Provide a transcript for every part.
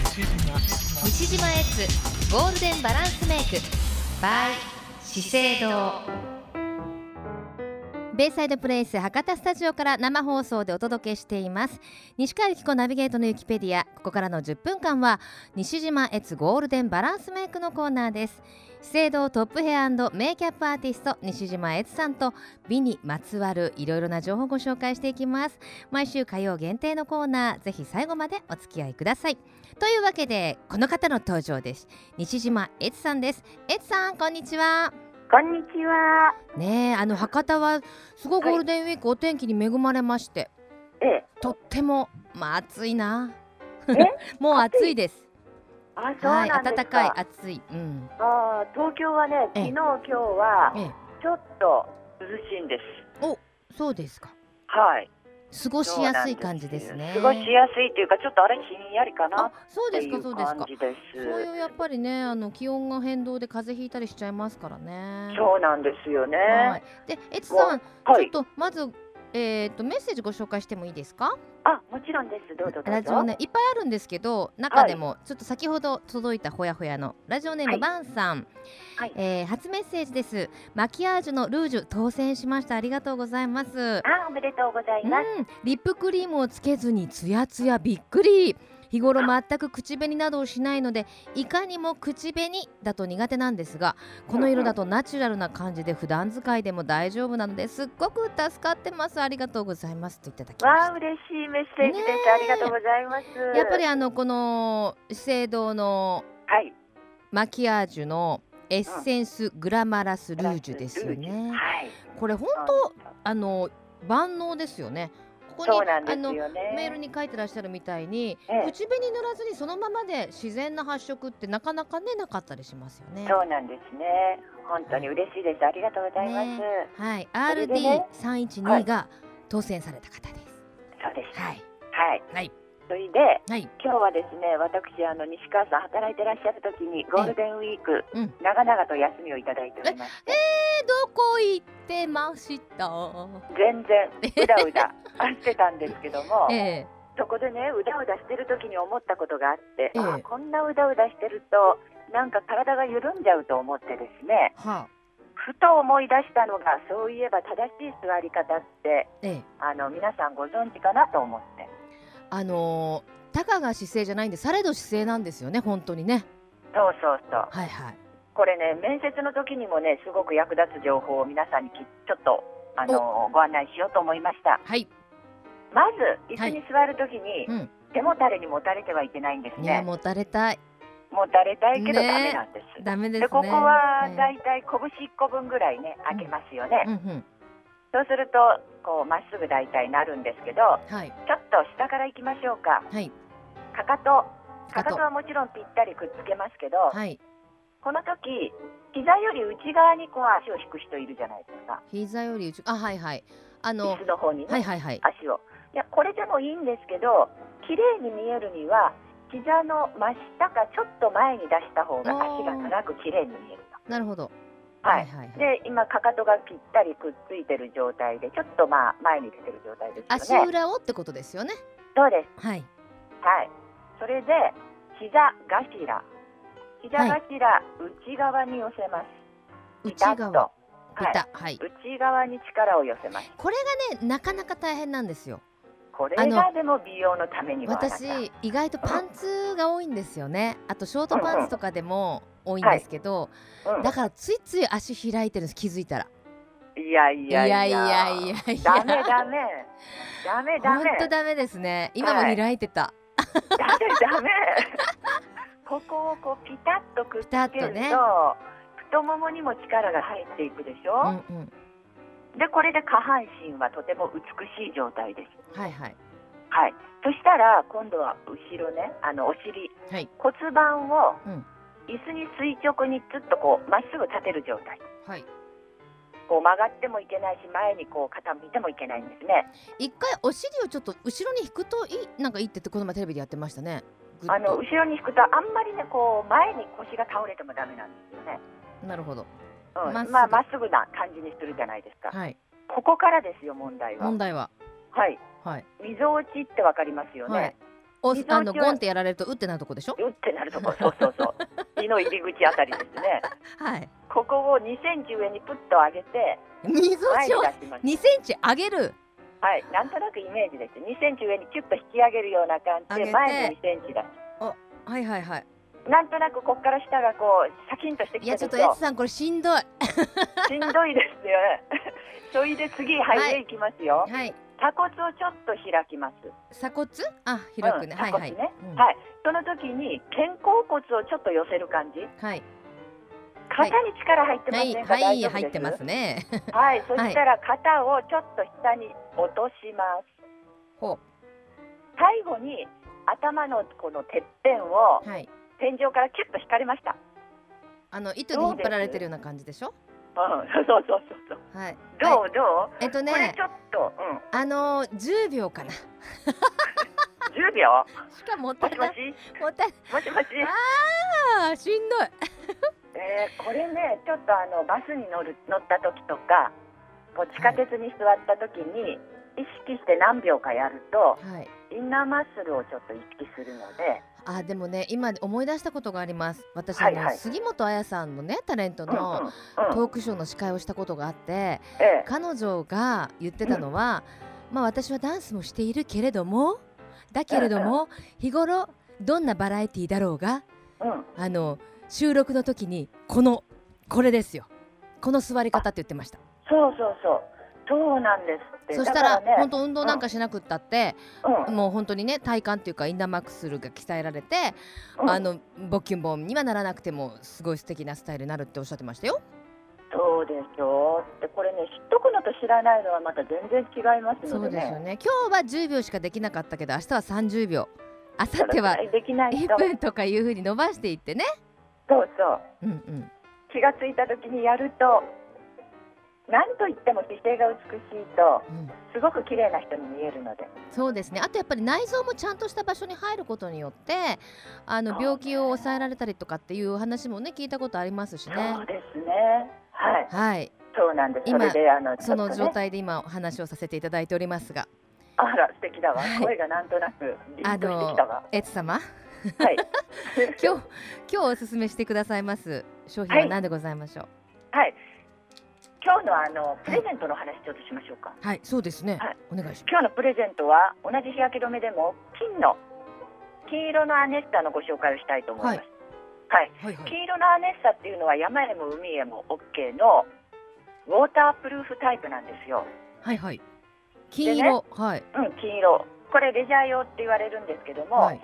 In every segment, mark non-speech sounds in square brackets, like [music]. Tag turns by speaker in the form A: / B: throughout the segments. A: 西島エッツゴールデンバランスメイク by 資生堂ベイサイドプレイス博多スタジオから生放送でお届けしています西川由紀子ナビゲートのユキペディアここからの10分間は西島エッツゴールデンバランスメイクのコーナーです資生堂トップヘアメイキャップアーティスト西島悦さんと美にまつわるいろいろな情報をご紹介していきます毎週火曜限定のコーナーぜひ最後までお付き合いくださいというわけでこの方の登場です西島悦さんです悦さんこんにちは
B: こんにちは。
A: ねえあの博多はすごいゴールデンウィークお天気に恵まれまして、
B: ええ、
A: とってもまあ暑いな
B: え
A: [laughs] もう暑いです
B: あ、そう
A: はい
B: なんです
A: 暖
B: か。
A: かい暑いうん
B: あー東京はね、
A: ええ
B: 昨日今日は
A: ええ
B: ちょっと涼しいんです。
A: そうですか
B: はい。
A: 過ごしやすい
B: そうな
A: 感
B: ん
A: じですね
B: 過ごしやすいというか、ちょっとあれひんやりか
A: あ
B: なっ、
A: そうで
B: て
A: す
B: い
A: か、
B: う
A: そうです
B: 感
A: か。
B: じで
A: そ
B: す
A: う。いうやっぱりね、あの気温が変動で風邪ひいたりしちゃいますからね。
B: そうなんですよね。
A: はい。で、えつさん、
B: はい。
A: ちょっとまず、えっ、と、メッセージご紹介してもいいですか。
B: あ、もちろんです。どうぞど
A: ラ
B: う
A: ジオ
B: ぞ。
A: ね、いっぱいあるんですけど、中でも、ちょっと先ほど届いたほやほやの。ラジオネー
B: は
A: ム
B: い
A: バンさん、
B: はい
A: えー初メッセージです。マキアージュのルージュ当選しました。ありがとうございます。
B: あ、おめでとうございます。
A: うん、リップクリームをつけずにツヤツヤびっくり日頃全く口紅などをしないのでいかにも口紅だと苦手なんですがこの色だとナチュラルな感じで普段使いでも大丈夫なのですっごく助かってますありがとうございますといただきまし
B: わ
A: た
B: あ、嬉しいメッセージです。
A: ねえ
B: ありがとうございます。
A: やっぱりあのこの資生堂の
B: はい。
A: マキアージュのエッセンスグラマラスルージュですよ
B: ルージュ
A: ね
B: はい。
A: これ本当あの万能ですよねここに
B: そうなんです
A: あの
B: よね。
A: メールに書いてらっしゃるみたいに、
B: ええ
A: 口紅塗らずにそのままで自然な発色ってなかなかねなかったりしますよね。
B: そうなんですね。本当に嬉しいです。ありがとうございま
A: ね
B: す。
A: はい、
B: それでね
A: RD312 が当選された方です。
B: そうでした。
A: は
B: はい
A: い、
B: はい。
A: はい、
B: それで
A: はい、
B: 今日はですね、私あの西川さん働いてらっしゃる時にゴールデンウィーク、
A: うん
B: 長々と休みをいただいております。
A: えー、どこ行ってました。
B: 全然うだうだしてたんですけど
A: [laughs]
B: も、
A: ええ
B: そこでねうだうだしてる時に思ったことがあっ
A: え
B: て、
A: え
B: あこんなうだうだしてるとなんか体が緩んじゃうと思ってですね
A: はあ、
B: ふと思い出したのがそういえば正しい座り方って
A: ええ
B: あの皆さんご存知かなと思って
A: あのー、たかが姿勢じゃないんで、されど姿勢なんですよね、本当にね。
B: そうそうそう
A: はいはい。
B: これね面接の時にもねすごく役立つ情報を皆さんにきちょっとあのご案内しようと思いました
A: はい、
B: まず椅子に座る時に、
A: うん
B: 背もたれにもたれてはいけないんです
A: いや、
B: ね
A: もたれたい、
B: もたれたいけど
A: ね
B: ダメなんです、
A: ダメですね。
B: でここは
A: ええ
B: だいたい拳1個分ぐらいね開けますよね、
A: うんうん、
B: そうするとこうまっすぐだいたいなるんですけど
A: はい、
B: ちょっと下から行きましょうか
A: はい、
B: かかと
A: か
B: か
A: と
B: かとはもちろんぴったりくっつけますけど、
A: はい。
B: この時膝より内側にこう足を引く人いるじゃないですか
A: 膝より内あはいはいあの
B: 椅子の方にね、
A: はいはいはい
B: 足をいやこれでもいいんですけど綺麗に見えるには膝の真下かちょっと前に出した方が足が長く綺麗に見えると
A: なるほど
B: は
A: はい
B: い、
A: はいはい
B: で今かかとがぴったりくっついてる状態でちょっとまあ前に出てる状態です
A: 足
B: よね
A: 裏をってことですよね
B: そうです
A: はい
B: はいそれで膝頭膝頭、内側に寄せますピタ
A: 内
B: ッと
A: 側ピ
B: はい
A: タはい
B: 内側に力を寄せます
A: これがねなかなか大変なんですよ
B: これ
A: あの
B: がでも美容のためにはあなた
A: 私意外とパンツが多いんですよねあとショートパンツとかでも多いんですけど
B: うん
A: だからついつい足開いてるんです気づいたら
B: いやい
A: い
B: や
A: や
B: い
A: い
B: や
A: やいやいや
B: ダメダメダメダ
A: 本
B: メ
A: 当ダメですね今も開いてた
B: ダメダメここをこうピタッとくっつ
A: ピ
B: け
A: タッと
B: ると
A: ね
B: 太ももにも力が入っていくでし
A: うんう
B: ょ、
A: ん
B: でこれで下半身はとても美しい状態です
A: はいはい
B: はいそしたら今度は後ろねあのお尻
A: はい
B: 骨盤を
A: うん
B: 椅子に垂直にずっとこうまっすぐ立てる状態
A: はい
B: こう曲がってもいけないし前にこう傾いてもいけないんですね
A: 一回お尻をちょっと後ろに引くといいなんかいいってってこの前テレビでやってましたねぐっと
B: あの後ろに引くとあんまりねこう前に腰が倒れてもダメなんですよね
A: なるほど
B: うん
A: まっすぐ
B: まあ、まっすぐな感じにするじゃないですか、
A: はい
B: ここからですよ問題は
A: 問題は
B: はい
A: はい
B: 溝落ちってわかりますよね、
A: はいお
B: 水落ちは
A: あのゴンってやられるとうってなるとこでしょ
B: うってなるとこそうそ
A: [laughs]
B: うそう胃の入り口あたりですね
A: はい
B: ここを2センチ上にプッと上げて
A: 水落
B: 前
A: ち
B: に
A: を
B: 出します
A: 2センチ上げる
B: はいなんとなくイメージです2センチ上にキュッと引き上げるような感じ
A: 上げ
B: で
A: て
B: 前に2センチだ
A: はいはいはい
B: なんとなくここから下がこうシャキンとしてき
A: い
B: て
A: や
B: る
A: ちょっ
B: と
A: とエツさんこれしんどい
B: しんどいですよ [laughs] ねそれで次はい、
A: はい
B: い、きますよ
A: はい
B: 鎖骨をちょっと開きます
A: 鎖骨あ広くね、
B: うん
A: はいはい、
B: 鎖骨ね
A: うん
B: はいその時に肩甲骨をちょっと寄せる感じ
A: はいは
B: 肩
A: い
B: に力入ってま
A: は
B: せん
A: い、
B: か、
A: はい、
B: 大丈夫です
A: 入ってますね。 [laughs]
B: はい、そしたら肩をちょっと下に落とします。
A: ほ
B: 最後に頭のこのてっぺんを
A: う、はい、
B: 天井からキュッと引かれました。
A: あの糸で引っ張られてるような感じでしょ [laughs]
B: うん、そうそうそうそう。
A: はい。
B: ど
A: はいう
B: どう、
A: えっと
B: これ
A: ね
B: ち、ょっと、うん、
A: あの十、10秒かな。し
B: 10秒。
A: かもっ
B: も
A: たい
B: しも
A: な
B: し
A: い。、 [laughs] もったい
B: もしもし。
A: ない。しんどい。
B: えー、これね、ちょっとあのバスに乗る乗った時とか、こう地下鉄に座った時に、意識して何秒かやると、
A: はい。
B: インナーマッスルをちょっと意識するので、
A: あでもね今思い出したことがあります私、
B: はい
A: あの
B: はい
A: 杉本彩さんのねタレントの
B: うんうん、う
A: ト
B: ん、
A: ークショーの司会をしたことがあって
B: ええ、
A: 彼女が言ってたのは、まあ私はダンスもしているけれどもだけれども日頃どんなバラエティーだろうが
B: うん。
A: あの収録の時にこのこれですよこの座り方って言ってました
B: そうそうそう。そうなんですって。
A: そしたら
B: だからね
A: 本、当運動なんかしなくったって
B: うん、
A: もう本当にね体幹っていうかインナーマックスルが鍛えられて
B: うん
A: あのボキュンボンにはならなくてもすごい素敵なスタイルになるっておっしゃってましたよ
B: そうでしょう。で、これね、知っとくのと知らないのはまた全然違います
A: そ
B: の
A: う
B: で
A: ですよ
B: ね。
A: ね今日は10秒しかできなかったけど明日は30秒明後日は
B: できない人、
A: 1分とかいう風に伸ばしていってね
B: そうそう。
A: うんうん
B: 気がついた時にやると、なんと言っても姿勢が美しいと、
A: うん
B: すごく綺麗な人に見えるので。
A: そうですねあとやっぱり内臓もちゃんとした場所に入ることによってあ
B: そう
A: の
B: ね
A: 病気を抑えられたりとかっていう話もね聞いたことありますし
B: そう
A: ね。
B: ですね。はい、
A: はい、
B: そうなんです。そ
A: 今
B: れで、あの、
A: その
B: ちょ
A: 状
B: っとね。
A: 態で今お話をさせていただいておりますが、
B: あら、素敵だわ
A: は。い
B: 声がなんとなく、リ
A: あ
B: ンとして
A: の
B: きたわ。
A: エツ様、
B: はい。
A: [laughs] 今日今日おすすめしてくださいます商品は何でございましょう。
B: はい。今日のあのプレゼントの話ちょっとしましょうか。
A: はい、そうですね
B: はい。
A: お願いし
B: 今日のプレゼントは同じ日焼け止めでも金の金色のアネッサのご紹介をしたいと思います。はい。
A: ます。はいは。
B: 金色のアネッサっていうのは山へも海へも OK のウォータープルーフタイプなんですよ。
A: はいはい。金色、はい
B: うん、金色。これレジャー用って言われるんですけど
A: は
B: も、
A: い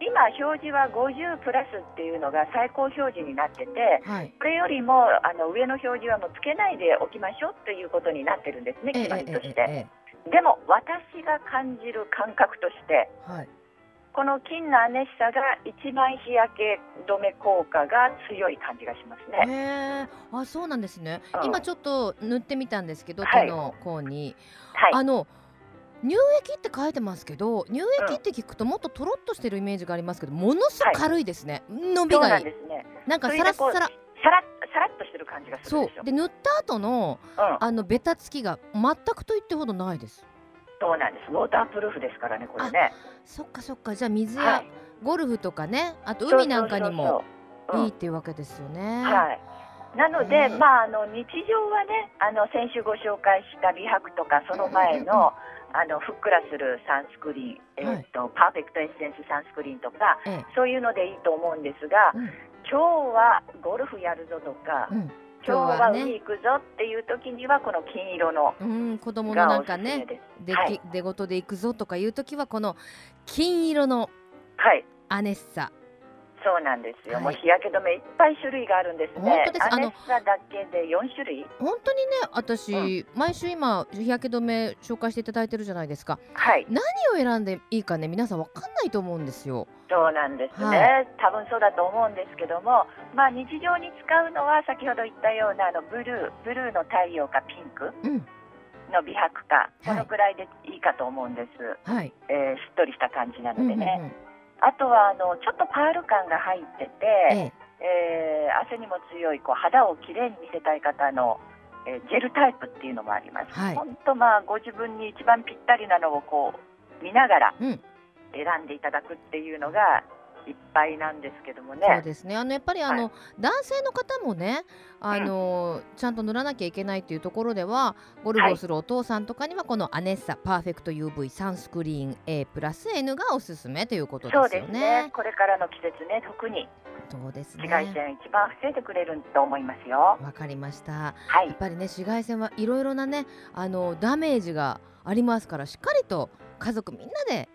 B: 今表示は50プラスっていうのが最高表示になってて。
A: はい。
B: これよりもあの上の表示はもうつけないでおきましょうということになってるんですね、
A: ええ
B: 決まりと
A: え
B: し
A: え
B: て。
A: え
B: でも私が感じる感覚として
A: えはい。
B: この金のアネッサが一番日焼け止め効果が強い感じがしますね。
A: へえ、あ、そうなんですね。
B: うん
A: 今ちょっと塗ってみたんですけど、
B: はい
A: 手の甲に、
B: はい、
A: あの乳液って書いてますけど、乳液って聞くともっととろっとしてるイメージがありますけど、ものすごく軽いですね。伸び
B: そう
A: が
B: ない
A: い
B: ん。ですね。
A: なんか
B: それ
A: サラ
B: で
A: ッ
B: こう
A: サラ。
B: さらさらっとしてる感じがする
A: そ
B: でしょ
A: う。。で塗った後の
B: うん、
A: あのベタつきが全くと言ってほどないです。
B: そうなんです。ウォータープルーフですからね、これね。
A: そっかそっか。じゃあ水
B: は
A: や
B: い
A: ゴルフとかね、あと海なんかにも
B: そうそうそう
A: い
B: そう。
A: いうっ
B: ん
A: ていうわけですよね。
B: はい。なので、
A: うん
B: まああの日常はね、あの先週ご紹介した美白とかその前
A: うんうん
B: の。あのふっくらするサンスクリーン、えーっとパーフェクトエッセンスサンスクリーンとか
A: ええ
B: そういうのでいいと思うんですが、今日はゴルフやるぞとか、
A: うんうん
B: 今日
A: 今日は
B: は
A: ね
B: 海行くぞっていう時にはこの金色の
A: うん、子供の
B: が
A: な
B: お
A: ん
B: すす
A: か
B: め
A: ね、
B: です。
A: でき、
B: はい、
A: 出事で行くぞとかいう時はこの金色の
B: はい、
A: アネッサ
B: そうなんですよ。
A: はい
B: もう日焼け止めいっぱい種類があるんですね。
A: 本当ですあ
B: ア
A: の
B: ネッサだけで4種類。
A: 本当にね私、毎週今日焼け止め紹介していただいてるじゃないですか
B: はい、
A: 何を選んでいいかね皆さんわかんないと思うんですよ
B: そうなんですね、
A: は
B: 多分そうだと思うんですけども、まあ日常に使うのは先ほど言ったようなあのブルー、ブルーの太陽かピンク
A: うん
B: の美白か、
A: い
B: このくらいでいいかと思うんです。
A: はい、
B: えーしっとりした感じな
A: う
B: の
A: ん
B: で
A: うんうん
B: ね。あとはあのちょっとパール感が入ってて、
A: ええ
B: えー汗にも強いこう肌をきれいに見せたい方の、えージェルタイプっていうのもあります。
A: はい
B: 本当まあご自分に一番ぴったりなのをこう見ながら、
A: うん
B: 選んでいただくっていうのがいっぱいなんですけどもね。
A: そうですねあのやっぱりあの、男性の方もねあの、ちゃんと塗らなきゃいけないっていうところではゴルフをするお父さんとかにはこのアネッサパーフェクト UV サンスクリーン A プラス N がおすすめということで
B: そう
A: す
B: で
A: よ
B: すね
A: ね。
B: これからの季節ね特に
A: そうです
B: 紫外
A: ね
B: 線一番防いでくれると思いますよ。
A: わかりました
B: は
A: やっ
B: い
A: ぱりね紫外線はいろいろなねあのダメージがありますからしっかりと家族みんなで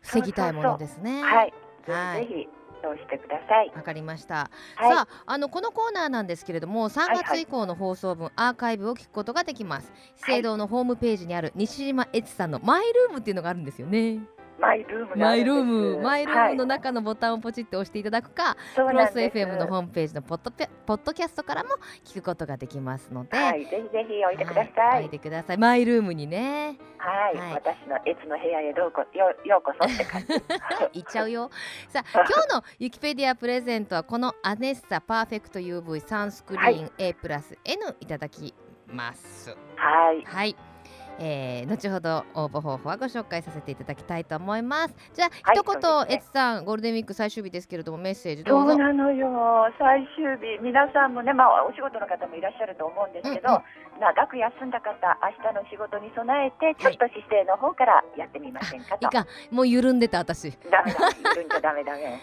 A: 防ぎたいものですね。
B: はい、
A: はい
B: ぜひぜひそうしてください。
A: わかりました、
B: はい、
A: さああのこのコーナーなんですけれども3
B: はいは
A: 月
B: い
A: 以降の放送分、アーカイブを聞くことができます資生堂のホームページにある西島エツさんのマイルームっていうのがあるんですよね
B: マイルームがあ
A: マ
B: る
A: イ
B: んで
A: ル
B: す
A: ームマイルームの
B: はい
A: 中のボタンをポチって押していただくか、
B: そう
A: ク
B: な
A: ロ
B: ん
A: ス
B: です
A: FM のホームページのポッドペポッドキャストからも聞くことができますので、
B: はい、ぜひぜひおいでくだ
A: は
B: さ
A: おい
B: い。
A: でくださいマイルームにね
B: [laughs] はい、
A: はい
B: 私のエツの部屋へどうこよようこそって感
A: [laughs]
B: じ。
A: 行っちゃうよさあ今日のユキペディアプレゼントはこのアネッサパーフェクト UV サンスクリーン A プラス N いただきます
B: はい、
A: はい、えー、後ほど応募方法はご紹介させていただきたいと思いますじゃあ、
B: はい
A: 一言
B: そうです
A: エ
B: ね
A: ツさんゴールデンウィーク最終日ですけれどもメッセージど
B: そう
A: ぞ
B: うなのよ。最終日、皆さんもね、まあお仕事の方もいらっしゃると思うんですけど、
A: うんう
B: 長く休んだ方、明日の仕事に備えて、ちょっと姿勢の方からやってみませんか
A: い
B: と。
A: いかもう緩んでた私
B: ダメだ、言うんじゃダメダメ。
A: わ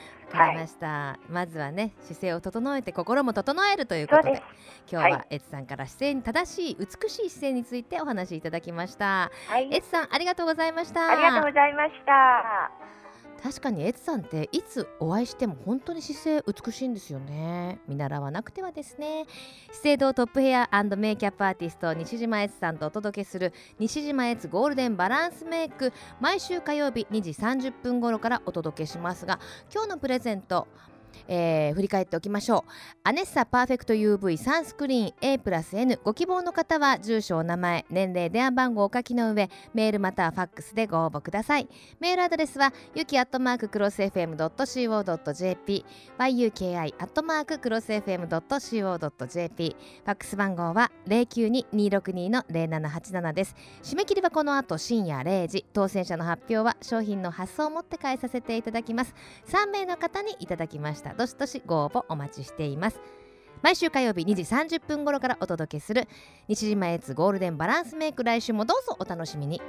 A: かりました、まずはね姿勢を整えて心も整えるというこ
B: そう
A: とで
B: です。
A: 今日
B: は
A: はエツさんから姿勢に正しい美しい姿勢についてお話しいただきました
B: はい、
A: エツさんありがとうございました
B: ありがとうございました。
A: 確かにエツさんっていつお会いしても本当に姿勢美しいんですよね見習わなくてはですね資生堂トップヘアメイキャップアーティスト西島エツさんとお届けする西島エツゴールデンバランスメイク毎週火曜日2時30分頃からお届けしますが今日のプレゼントえー振り返っておきましょうアネッサパーフェクト UV サンスクリーン A プラス N ご希望の方は住所お名前年齢電話番号をお書きの上メールまたはファックスでご応募くださいメールアドレスはゆきアットマーククロス FM.co.jp yuki アットマーククロス FM.co.jp ファックス番号は092-262-0787です締め切りはこの後深夜0時当選者の発表は商品の発送をもって返させていただきます3名の方にいただきましたどしどしご応募お待ちしています毎週火曜日2時30分頃からお届けする西島エツゴールデンバランスメイク来週もどうぞお楽しみに